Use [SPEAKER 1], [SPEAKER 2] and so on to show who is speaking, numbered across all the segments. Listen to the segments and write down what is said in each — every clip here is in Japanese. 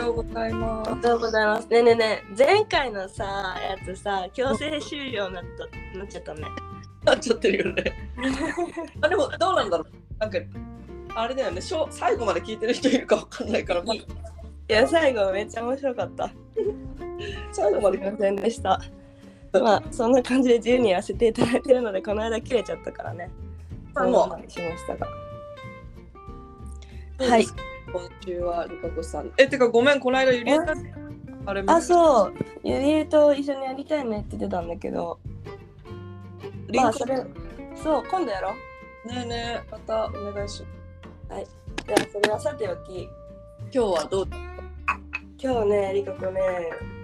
[SPEAKER 1] あ
[SPEAKER 2] ありがとうございます。ねえねえねえ、前回のさ、やつさ、強制終了になったなっちゃったね。
[SPEAKER 1] なっちゃってるよね。あでもどうなんだろうなんかあれだよねしょ最後まで聞いてる人いるかわかんないから、まあ
[SPEAKER 2] いや、最後めっちゃ面白かった。
[SPEAKER 1] 最後まです
[SPEAKER 2] いませんでした。まあ、そんな感じで自由にやらせていただいてるので、この間切れちゃったからね。
[SPEAKER 1] まあも
[SPEAKER 2] うしましたが。
[SPEAKER 1] う
[SPEAKER 2] はい。
[SPEAKER 1] 今週はりかこさんえてかごめんこの間ゆりえさんあれも
[SPEAKER 2] あ、そう。ゆりえと一緒にやりたいねって言ってたんだけど、
[SPEAKER 1] リンク
[SPEAKER 2] まあ、それ、そう、今度やろう。
[SPEAKER 1] ねえねえまたお願いします
[SPEAKER 2] じゃあ、それはさておき。
[SPEAKER 1] 今日はどう
[SPEAKER 2] 今日ね、りかこね、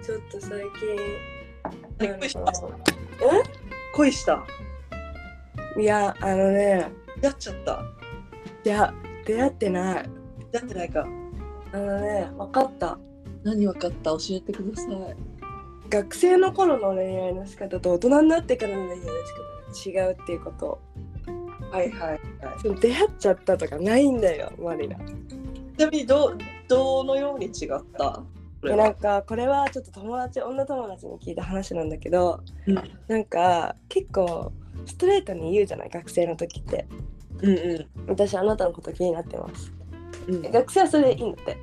[SPEAKER 2] ちょっと最近。
[SPEAKER 1] びっくりし
[SPEAKER 2] なん
[SPEAKER 1] ま
[SPEAKER 2] だ
[SPEAKER 1] し
[SPEAKER 2] ろ
[SPEAKER 1] 恋した
[SPEAKER 2] ういや、あのね、
[SPEAKER 1] やっちゃった
[SPEAKER 2] いや、出会ってない。
[SPEAKER 1] やってないか
[SPEAKER 2] あのね、分かった。
[SPEAKER 1] 何分かった教えてください
[SPEAKER 2] 学生の頃の恋愛の仕方と大人になってからの恋愛の仕方が違うっていうこと。
[SPEAKER 1] はいはいはい
[SPEAKER 2] その出会っちゃったとかないんだよ、マリナ。
[SPEAKER 1] ちなみにどうどのように違った
[SPEAKER 2] でなんかこれはちょっと友達女友達に聞いた話なんだけど、
[SPEAKER 1] うん
[SPEAKER 2] なんか結構ストレートに言うじゃない学生の時って
[SPEAKER 1] うんう
[SPEAKER 2] 私あなたのこと気になってます
[SPEAKER 1] んうん
[SPEAKER 2] 学生はそれでいいんだって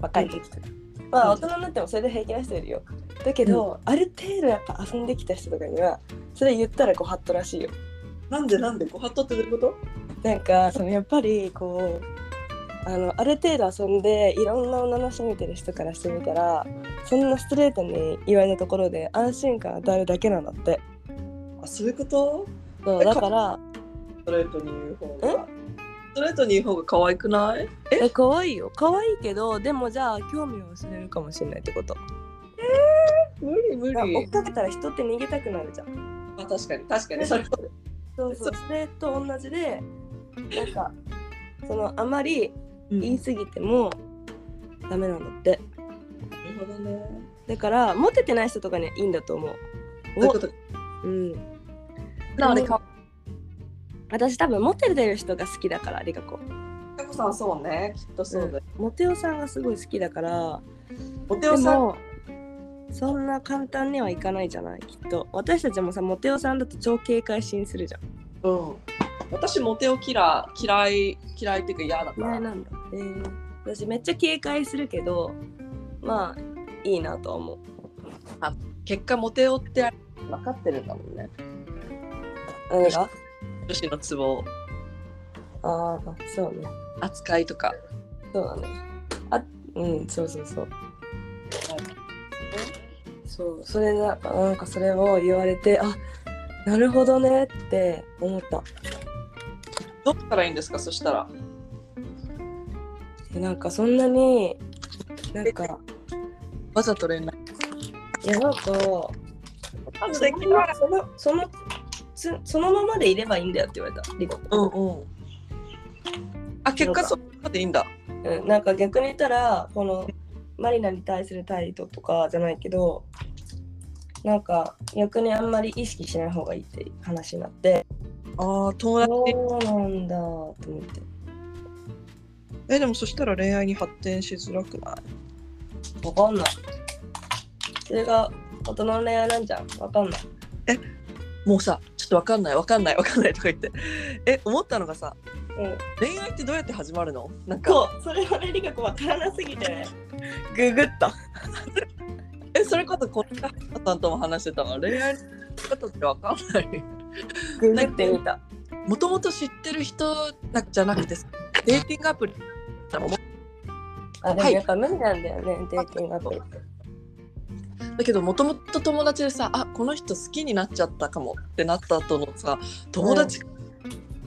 [SPEAKER 2] 若い時とか、まあ大人になってもそれで平気な人いるよだけど、ある程度やっぱ遊んできた人とかにはそれ言ったらごはっとらしいよ
[SPEAKER 1] なんでなんでご法度ってどういうこと
[SPEAKER 2] なんかそのやっぱりこうあのある程度遊んでいろんな女の人見てる人からしてみたらそんなストレートに言われたところで安心感与えるだけなんだって
[SPEAKER 1] あそういうこと
[SPEAKER 2] そうだから
[SPEAKER 1] ストレートに言う方がストレートに言う方が可愛くない
[SPEAKER 2] え可愛いよ可愛いけどでもじゃあ興味を薄れるかもしれないってこと
[SPEAKER 1] 無理無
[SPEAKER 2] 追っ
[SPEAKER 1] 理
[SPEAKER 2] かけたら人って逃げたくなるじゃん
[SPEAKER 1] あ確かに確かにそれ
[SPEAKER 2] そうそうそれと同じでなんかそのあまり
[SPEAKER 1] うん
[SPEAKER 2] 言い過ぎてもダメなんだって
[SPEAKER 1] なるほどね
[SPEAKER 2] だからモテてない人とかにはいいんだと思う
[SPEAKER 1] そういうこと
[SPEAKER 2] うん
[SPEAKER 1] なあれ
[SPEAKER 2] でも私多分モテてる人が好きだからリカ子
[SPEAKER 1] かこさんそうねきっとそうだよ
[SPEAKER 2] モテおさんがすごい好きだから
[SPEAKER 1] お手
[SPEAKER 2] で
[SPEAKER 1] をさん
[SPEAKER 2] もそんな簡単にはいかないじゃないきっと私たちもさモテおさんだと超警戒心するじゃん
[SPEAKER 1] うん私モテを嫌い嫌い嫌いっていうか嫌だから
[SPEAKER 2] なんだ、えー私めっちゃ警戒するけどまあいいなとは思う
[SPEAKER 1] 結果モテをって分かってるんだもんね
[SPEAKER 2] 何が
[SPEAKER 1] 女子のツボ
[SPEAKER 2] ああそうね
[SPEAKER 1] 扱いとか
[SPEAKER 2] そうだねあうんそうそうそうそうそれなんかなんかそれを言われてあなるほどねって思った
[SPEAKER 1] どうしたらいいんですかそしたら
[SPEAKER 2] でなんかそんなになんか
[SPEAKER 1] わざと連絡
[SPEAKER 2] いやなんか
[SPEAKER 1] 完
[SPEAKER 2] そ
[SPEAKER 1] 璧
[SPEAKER 2] のそのそのつそのままでいればいいんだよって言われたリコ、
[SPEAKER 1] うんうんあ結果そこまでいいんだ
[SPEAKER 2] うん、なんか逆に言ったらこのマリナに対する態度とかじゃないけどなんか逆にあんまり意識しない方がいいって話になって
[SPEAKER 1] ああ友達
[SPEAKER 2] そうなんだと思って
[SPEAKER 1] えでもそしたら恋愛に発展しづらくない
[SPEAKER 2] わかんないそれが大人の恋愛なんじゃんわかんない
[SPEAKER 1] もうさちょっとわかんないわかんないわかんないとか言ってえ思ったのがさ
[SPEAKER 2] うん
[SPEAKER 1] 恋愛ってどうやって始まるのなんか
[SPEAKER 2] そうそれはねりかこわからなすぎてねググった
[SPEAKER 1] えそれこそこの方さんとも話してたの恋愛の方ってわかん ない
[SPEAKER 2] ググってみた
[SPEAKER 1] もともと知ってる人なんかじゃなくてデーティングアプリだもん
[SPEAKER 2] あでも
[SPEAKER 1] はい
[SPEAKER 2] やっぱ無理なんだよね、デーティングアプリって
[SPEAKER 1] だけどもともと友達でさあこの人好きになっちゃったかもってなった後のさ友達、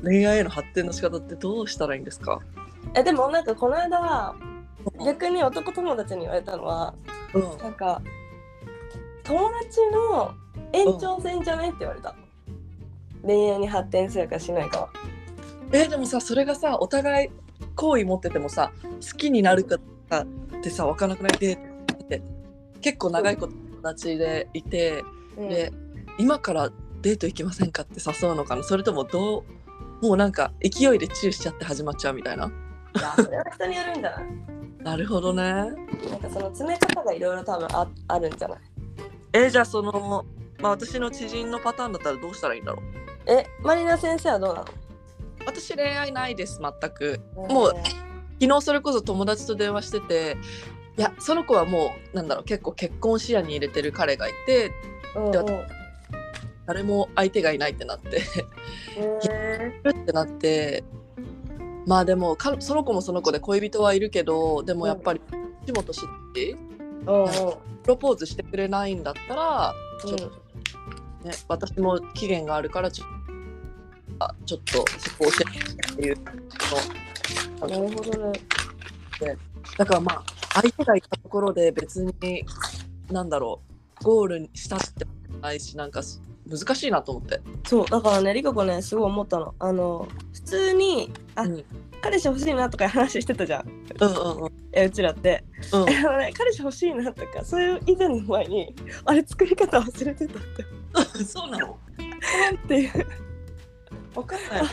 [SPEAKER 1] 恋愛への発展の仕方ってどうしたらいいんですか、
[SPEAKER 2] えでもなんかこの間逆に男友達に言われたのは
[SPEAKER 1] うん、
[SPEAKER 2] なんか友達の延長線じゃないって言われた、恋愛に発展するかしないかは
[SPEAKER 1] えーでもさそれがさお互い好意持っててもさ好きになるかってさ分からなくないデートって結構長いこと友達でいて、
[SPEAKER 2] うん
[SPEAKER 1] で今からデート行きませんかって誘うのかなそれともどうもうなんか勢いでチューしちゃって始まっちゃうみたいない
[SPEAKER 2] やそれは人によるんじゃない
[SPEAKER 1] なるほどね。
[SPEAKER 2] なんかその詰め方がいろいろ多分ああるんじゃない
[SPEAKER 1] えじゃあその、まあ、私の知人のパターンだったらどうしたらいいんだろう
[SPEAKER 2] えマリナ先生はどうな
[SPEAKER 1] 私恋愛ないです全く
[SPEAKER 2] の
[SPEAKER 1] もう
[SPEAKER 2] ね
[SPEAKER 1] 昨日それこそ友達と電話してていやその子はもうなんだろう結構結婚視野に入れてる彼がいて
[SPEAKER 2] うん
[SPEAKER 1] で
[SPEAKER 2] うん
[SPEAKER 1] 誰も相手がいないってなって
[SPEAKER 2] へ
[SPEAKER 1] ってなってまあでもかその子もその子で恋人はいるけどでもやっぱり仕事知って
[SPEAKER 2] ーうんうん
[SPEAKER 1] プロポーズしてくれないんだったら、ちょっ
[SPEAKER 2] う
[SPEAKER 1] とね、私も期限があるからちょあちょっとそこを教えてっていうん
[SPEAKER 2] なるほどね
[SPEAKER 1] だからまあ相手がいたところで別になんだろうゴールにしたってないしなんかす難しいなと思って、
[SPEAKER 2] そうだからねりかこねすごい思ったのあの普通にあ
[SPEAKER 1] うん、うん
[SPEAKER 2] 彼氏欲しいなとか話してたじゃん
[SPEAKER 1] うんうんうん
[SPEAKER 2] えうちらって あのね彼氏欲しいなとかそういう以前の前にあれ作り方忘れてたって
[SPEAKER 1] そうなの
[SPEAKER 2] っていう
[SPEAKER 1] 分かんない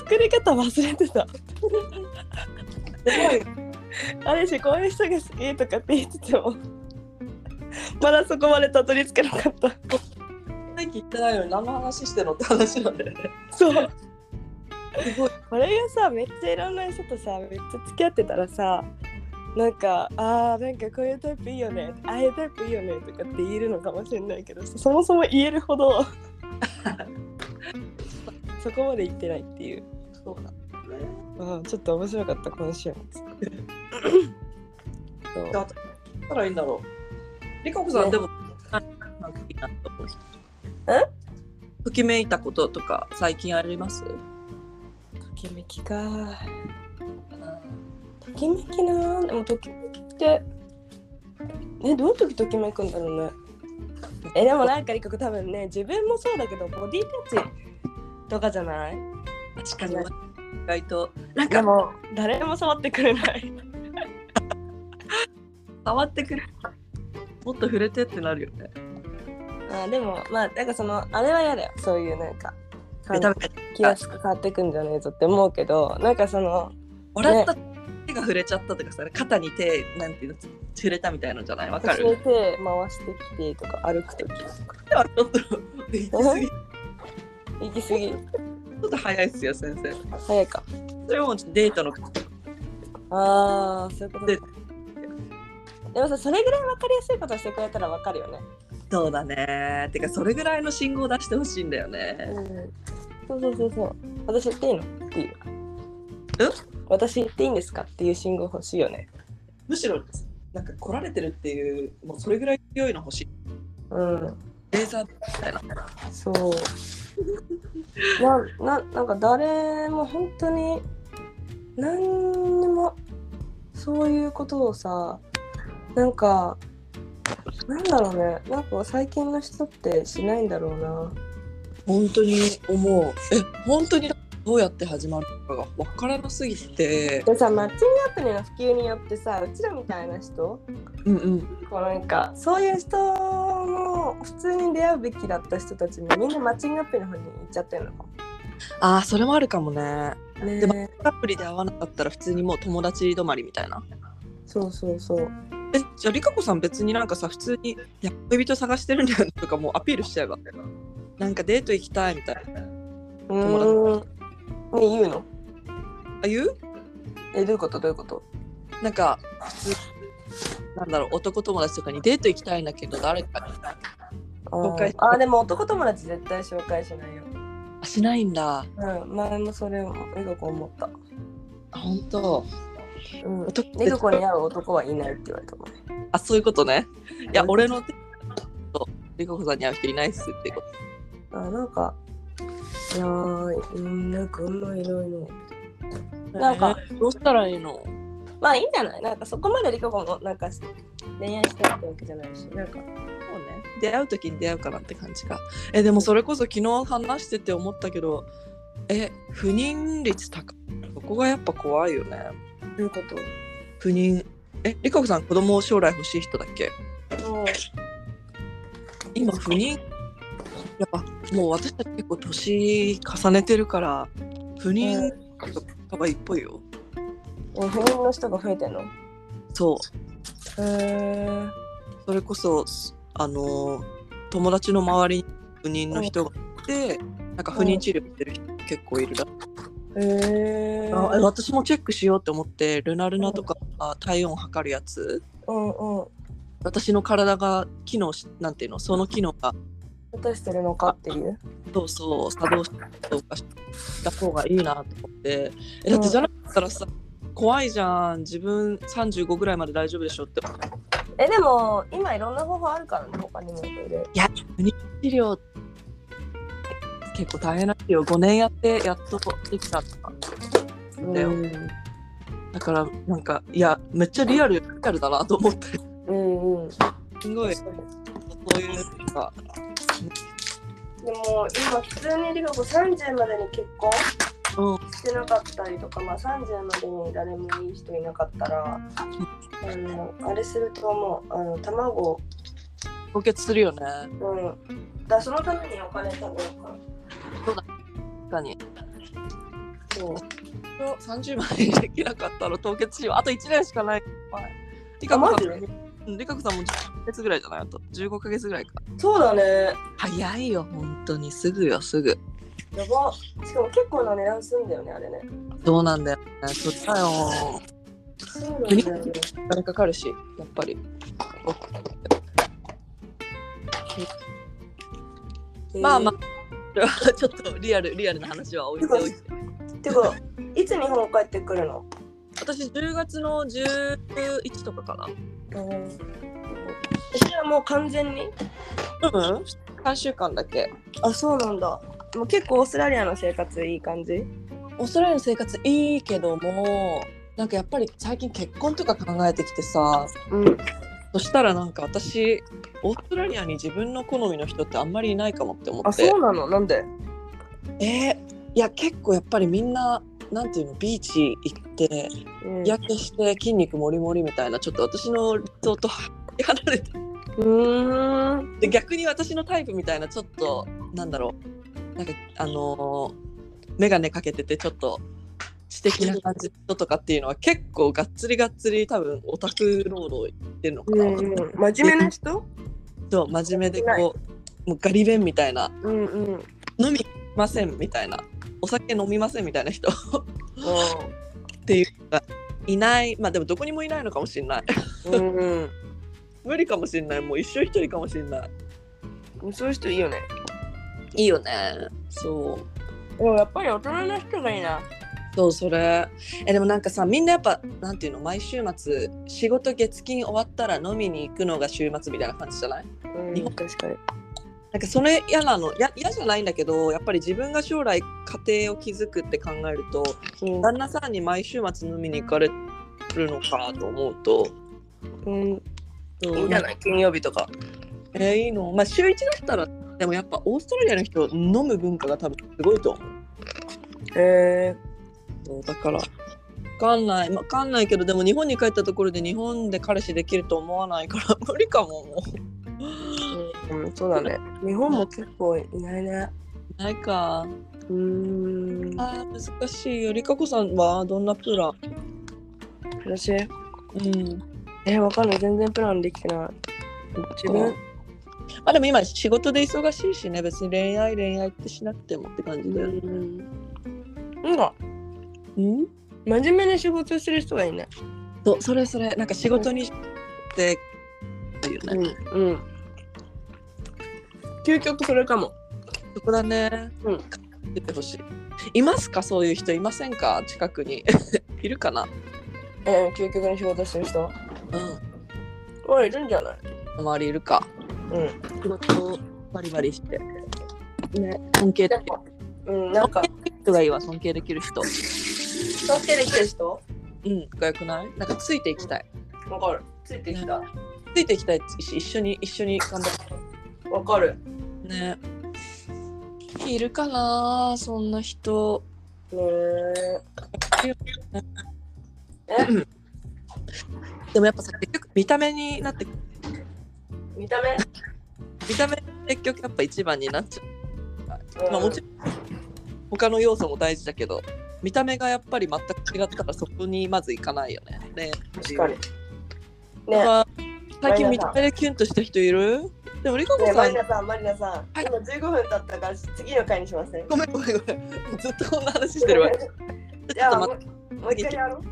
[SPEAKER 2] 作り方忘れてた 彼氏こういう人が好きとかって言っててもまだそこまでたどり着けなかった
[SPEAKER 1] 最近言ってないのに何の話してんのって話なんだよね
[SPEAKER 2] そう
[SPEAKER 1] すごい
[SPEAKER 2] これがさめっちゃいろんな人とさめっちゃ付き合ってたらさなんかあーなんかこういうタイプいいよねああいうタイプいいよねとかって言えるのかもしれないけどさそもそも言えるほど そこまで言ってないっていう、
[SPEAKER 1] そうなんだね
[SPEAKER 2] うん、ちょっと面白かった今週 末そう
[SPEAKER 1] じゃあどうしたらいいんだろうりかこさん、
[SPEAKER 2] ね
[SPEAKER 1] でもなんかいいなと思うときめいたこととか最近あります
[SPEAKER 2] ときめきかときめきなでもときめきってねどういう時ときめくんだろうねえでもなんかリカ子多分ね自分もそうだけどボディタッチとかじゃない
[SPEAKER 1] 確かに意外となん
[SPEAKER 2] で
[SPEAKER 1] か
[SPEAKER 2] も誰も触ってくれない
[SPEAKER 1] 触ってくるもっと触れてってなるよね
[SPEAKER 2] あでもまあなんかそのあれは嫌だよそういうなんか
[SPEAKER 1] ベタベ
[SPEAKER 2] 気安く変わってくんじゃねえぞって思うけどなんかその
[SPEAKER 1] タ笑った手が触れちゃったとかさ肩に手なんていうの触れたみたいなのじゃないわか
[SPEAKER 2] 私の
[SPEAKER 1] る
[SPEAKER 2] 手回してきてとか歩く時とか
[SPEAKER 1] ではちょっと行き過ぎち
[SPEAKER 2] 行き過ぎ
[SPEAKER 1] ょっと早いっすよ先生
[SPEAKER 2] 早いか
[SPEAKER 1] それもデートの
[SPEAKER 2] ああそういうこと
[SPEAKER 1] で
[SPEAKER 2] かでもさそれぐらい分かりやすいことしてくれたら分かるよね
[SPEAKER 1] そうだねてかそれぐらいの信号を出してほしいんだよね
[SPEAKER 2] そうそうそうそう。私言っていいのっていう。
[SPEAKER 1] え
[SPEAKER 2] 私言っていいんですかっていう信号欲しいよね。
[SPEAKER 1] むしろなんか来られてるっていうもうそれぐらい強いの欲しい
[SPEAKER 2] うん。
[SPEAKER 1] レーザーみたいな
[SPEAKER 2] そう。 な、な、なんか誰も本当に、何にも、そういうことをさ、なんか、なんだろうね。なんか最近の人ってしないんだろうな。
[SPEAKER 1] 本当に思うえ本当にどうやって始まるのかが分からなすぎて
[SPEAKER 2] でさ、マッチングアプリの普及によってさ、うちらみたいな人
[SPEAKER 1] うんうん
[SPEAKER 2] こうなんかそういう人も普通に出会うべきだった人たちもみんなマッチングアプリの方に行っちゃってるのか
[SPEAKER 1] ああそれもあるかもね
[SPEAKER 2] もね
[SPEAKER 1] でもアプリで会わなかったら普通にもう友達止まりみたいな
[SPEAKER 2] そうそうそう
[SPEAKER 1] えじゃありかこさん別になんかさ普通にいや恋人探してるんだよねとかもうアピールしちゃえばなんかデート行きたいみたいな
[SPEAKER 2] うーんね言うの
[SPEAKER 1] あ言う
[SPEAKER 2] えどういうことどういうこと
[SPEAKER 1] なんか普通なんだろう男友達とかにデート行きたいんだけど誰か
[SPEAKER 2] あ
[SPEAKER 1] 紹介
[SPEAKER 2] ーあーでも男友達絶対紹介しないよ
[SPEAKER 1] あしないんだ
[SPEAKER 2] うん前もそれをりかこ思った
[SPEAKER 1] あ本当
[SPEAKER 2] うん
[SPEAKER 1] 男って
[SPEAKER 2] りかこに会う男はいないって言われたもん
[SPEAKER 1] あそういうことねいや
[SPEAKER 2] うん
[SPEAKER 1] 俺の手とりここさんに会う人いないっすってこと
[SPEAKER 2] あなんかいやーうんなんかあんまいろいろなんか
[SPEAKER 1] えーどうしたらいいの
[SPEAKER 2] まあいいんじゃないなんかそこまでりかこもなんか恋愛したいってわけじゃないしなんか
[SPEAKER 1] そうね出会う時に出会うかなって感じかえでもそれこそ昨日話してて思ったけどえ不妊率高いそこがやっぱ怖いよね
[SPEAKER 2] どういうこと
[SPEAKER 1] 不妊えりかこさん子供将来欲しい人だっけ今不妊やっぱもう私たち結構年重ねてるから不
[SPEAKER 2] うん
[SPEAKER 1] 妊とかがいっぽいよ、
[SPEAKER 2] 不妊の人が増えてんの
[SPEAKER 1] そう
[SPEAKER 2] へえ
[SPEAKER 1] それこそすあの友達の周りに不妊の人がいてなんか不妊治療してる人結構いるらしい
[SPEAKER 2] へえ
[SPEAKER 1] あえ私もチェックしようって思ってルナルナとかあ体温測るやつ
[SPEAKER 2] うんうん
[SPEAKER 1] 私の体が機能しなんていうのその機能が
[SPEAKER 2] 果たしてるのかっていう
[SPEAKER 1] そうそう作動した方がいいなと思ってえだってじゃなかったらさ怖いじゃん自分35ぐらいまで大丈夫でしょって
[SPEAKER 2] えでも今いろんな方法あるからね他にもいろいろ
[SPEAKER 1] いや、不妊治療結構大変なんですよ。5年やってやっとできたとか。だよだから、なんか、いや、めっちゃリアル、リアルだなと思って、
[SPEAKER 2] うんうん
[SPEAKER 1] すごい、
[SPEAKER 2] で
[SPEAKER 1] そ
[SPEAKER 2] も
[SPEAKER 1] ういうのが、
[SPEAKER 2] 今普通にリカ子30までに結婚
[SPEAKER 1] うん、
[SPEAKER 2] してなかったりとか、まあ、30までに誰もいい人いなかったらあのあれすると思うあの卵を
[SPEAKER 1] 凍結するよね。
[SPEAKER 2] うんだそのためにお金貯めようか
[SPEAKER 1] 確かに。
[SPEAKER 2] そう
[SPEAKER 1] 30万円できなかったら凍結しよう。あと1年しかない。はい。リカ
[SPEAKER 2] あ
[SPEAKER 1] コさ
[SPEAKER 2] マ
[SPEAKER 1] ん
[SPEAKER 2] ジ
[SPEAKER 1] うんリカコさんも10ヶ月ぐらいじゃないあと15ヶ月ぐらいか。
[SPEAKER 2] そうだね
[SPEAKER 1] 早いよ、本当に。すぐよ、すぐ。
[SPEAKER 2] やばしかも結構な値段すんだよねあれね
[SPEAKER 1] どうなんだよね。そっちだよ。
[SPEAKER 2] そうなんだよね
[SPEAKER 1] お金かかるし、やっぱり。まあまあ、これはちょっとリアル、リアルな話は置いておいて。
[SPEAKER 2] てかいつ日本帰ってくるの
[SPEAKER 1] 私、10月の11とかか
[SPEAKER 2] うん私はもう完全に
[SPEAKER 1] な。うん、3週間だけ。
[SPEAKER 2] あそうなんだもう結構オーストラリアの生活いい感じ
[SPEAKER 1] オーストラリアの生活いいけども、なんかやっぱり最近結婚とか考えてきてさ、
[SPEAKER 2] うん
[SPEAKER 1] そしたらなんか私、オーストラリアに自分の好みの人ってあんまりいないかもって思
[SPEAKER 2] あ
[SPEAKER 1] って
[SPEAKER 2] そ。うなのなんで
[SPEAKER 1] えーいや、結構やっぱりみんな、なんていうの、ビーチ行って、
[SPEAKER 2] うん
[SPEAKER 1] 日焼けして筋肉もりもりみたいなちょっと私の理想と離れて
[SPEAKER 2] うーん
[SPEAKER 1] で逆に私のタイプみたいなちょっとなんだろうなんかあのー、眼鏡かけててちょっと知的な感じの人とかっていうのは結構がっつりがっつり多分オタク労働行ってるのか
[SPEAKER 2] う
[SPEAKER 1] な、
[SPEAKER 2] んうん真面目な人
[SPEAKER 1] そう真面目でこうもうガリ勉みたいな
[SPEAKER 2] うんうん
[SPEAKER 1] 飲みませんみたいなお酒飲みませんみたいな人 っ
[SPEAKER 2] う
[SPEAKER 1] ていうのがいないまあでもどこにもいないのかもしれない
[SPEAKER 2] んうん
[SPEAKER 1] 無理かもしれないもう一生一人かもしれない
[SPEAKER 2] うんそういう人いいよね
[SPEAKER 1] いいよねそう
[SPEAKER 2] でもやっぱり大人な人がいいな
[SPEAKER 1] そうそれえでもなんかさみんなやっぱなんていうの毎週末仕事月金終わったら飲みに行くのが週末みたいな感じじゃない
[SPEAKER 2] うん確かに
[SPEAKER 1] なんかそれ嫌なのや嫌じゃないんだけどやっぱり自分が将来家庭を築くって考えると
[SPEAKER 2] う
[SPEAKER 1] 旦那さんに毎週末飲みに行かれるのかと思うと
[SPEAKER 2] んうん
[SPEAKER 1] そう
[SPEAKER 2] いいんじゃない金曜日とか
[SPEAKER 1] えーいいのまあ週1だったらでもやっぱオーストラリアの人飲む文化が多分すごいと思う
[SPEAKER 2] へえ
[SPEAKER 1] そうだから分かんない分かんないけどでも日本に帰ったところで日本で彼氏できると思わないから 無理かももう
[SPEAKER 2] うんそうだね日本も結構いないね
[SPEAKER 1] ないか
[SPEAKER 2] うーん
[SPEAKER 1] あー難しいよりかこさんはどんなプラン
[SPEAKER 2] 私
[SPEAKER 1] うん
[SPEAKER 2] えわかんない全然プランできてない自分
[SPEAKER 1] あでも今仕事で忙しいしね別に恋愛恋愛ってしなくてもって感じだよね
[SPEAKER 2] んなんか
[SPEAKER 1] うん
[SPEAKER 2] 真面目に仕事してる人がいいね
[SPEAKER 1] そうそれそれなんか仕事にってっていうね、
[SPEAKER 2] んうん究極それかも
[SPEAKER 1] そこだね
[SPEAKER 2] うん
[SPEAKER 1] 出てほしいいますかそういう人いませんか近くに いるかな
[SPEAKER 2] えー、究極に仕事してる人
[SPEAKER 1] うん
[SPEAKER 2] おいいるんじゃない
[SPEAKER 1] 周りいるか
[SPEAKER 2] う
[SPEAKER 1] 仕事をバリバリして
[SPEAKER 2] んね
[SPEAKER 1] 尊敬
[SPEAKER 2] で
[SPEAKER 1] できる
[SPEAKER 2] もうんなんか
[SPEAKER 1] 人がいいわ尊敬できる人
[SPEAKER 2] 尊敬できてる人
[SPEAKER 1] うんがよくないなんかついていきたい
[SPEAKER 2] わかるついてきた
[SPEAKER 1] ついていきたいし一緒に一緒に頑張っ
[SPEAKER 2] わかる
[SPEAKER 1] てねいるかなそんな人
[SPEAKER 2] ねえ
[SPEAKER 1] でもやっぱさ結局見た目になって
[SPEAKER 2] 見た目、
[SPEAKER 1] 見た目結局やっぱ一番になっちゃ
[SPEAKER 2] う
[SPEAKER 1] う、まあ、もちろん他の要素も大事だけど見た目がやっぱり全く違ったらそこにまずいかないよねね
[SPEAKER 2] 確かにね
[SPEAKER 1] まあ最近
[SPEAKER 2] マ
[SPEAKER 1] 見
[SPEAKER 2] リ
[SPEAKER 1] た
[SPEAKER 2] ナさん
[SPEAKER 1] 目でキュンとした人いるでもリカコ
[SPEAKER 2] ね
[SPEAKER 1] さ
[SPEAKER 2] マ
[SPEAKER 1] ん、
[SPEAKER 2] リナさん、マリナさん、
[SPEAKER 1] はい
[SPEAKER 2] 今15分経ったから次の回にしません。
[SPEAKER 1] ごめんごめんごめんずっとこんな話してるわち
[SPEAKER 2] じ
[SPEAKER 1] ょっ
[SPEAKER 2] ゃ
[SPEAKER 1] と
[SPEAKER 2] あ、も
[SPEAKER 1] 待っ
[SPEAKER 2] うもう一回やろう。
[SPEAKER 1] て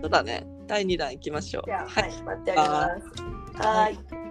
[SPEAKER 1] そうだね第2弾いきましょう
[SPEAKER 2] じゃあ、
[SPEAKER 1] はい
[SPEAKER 2] はい、待ってあげます。はーい。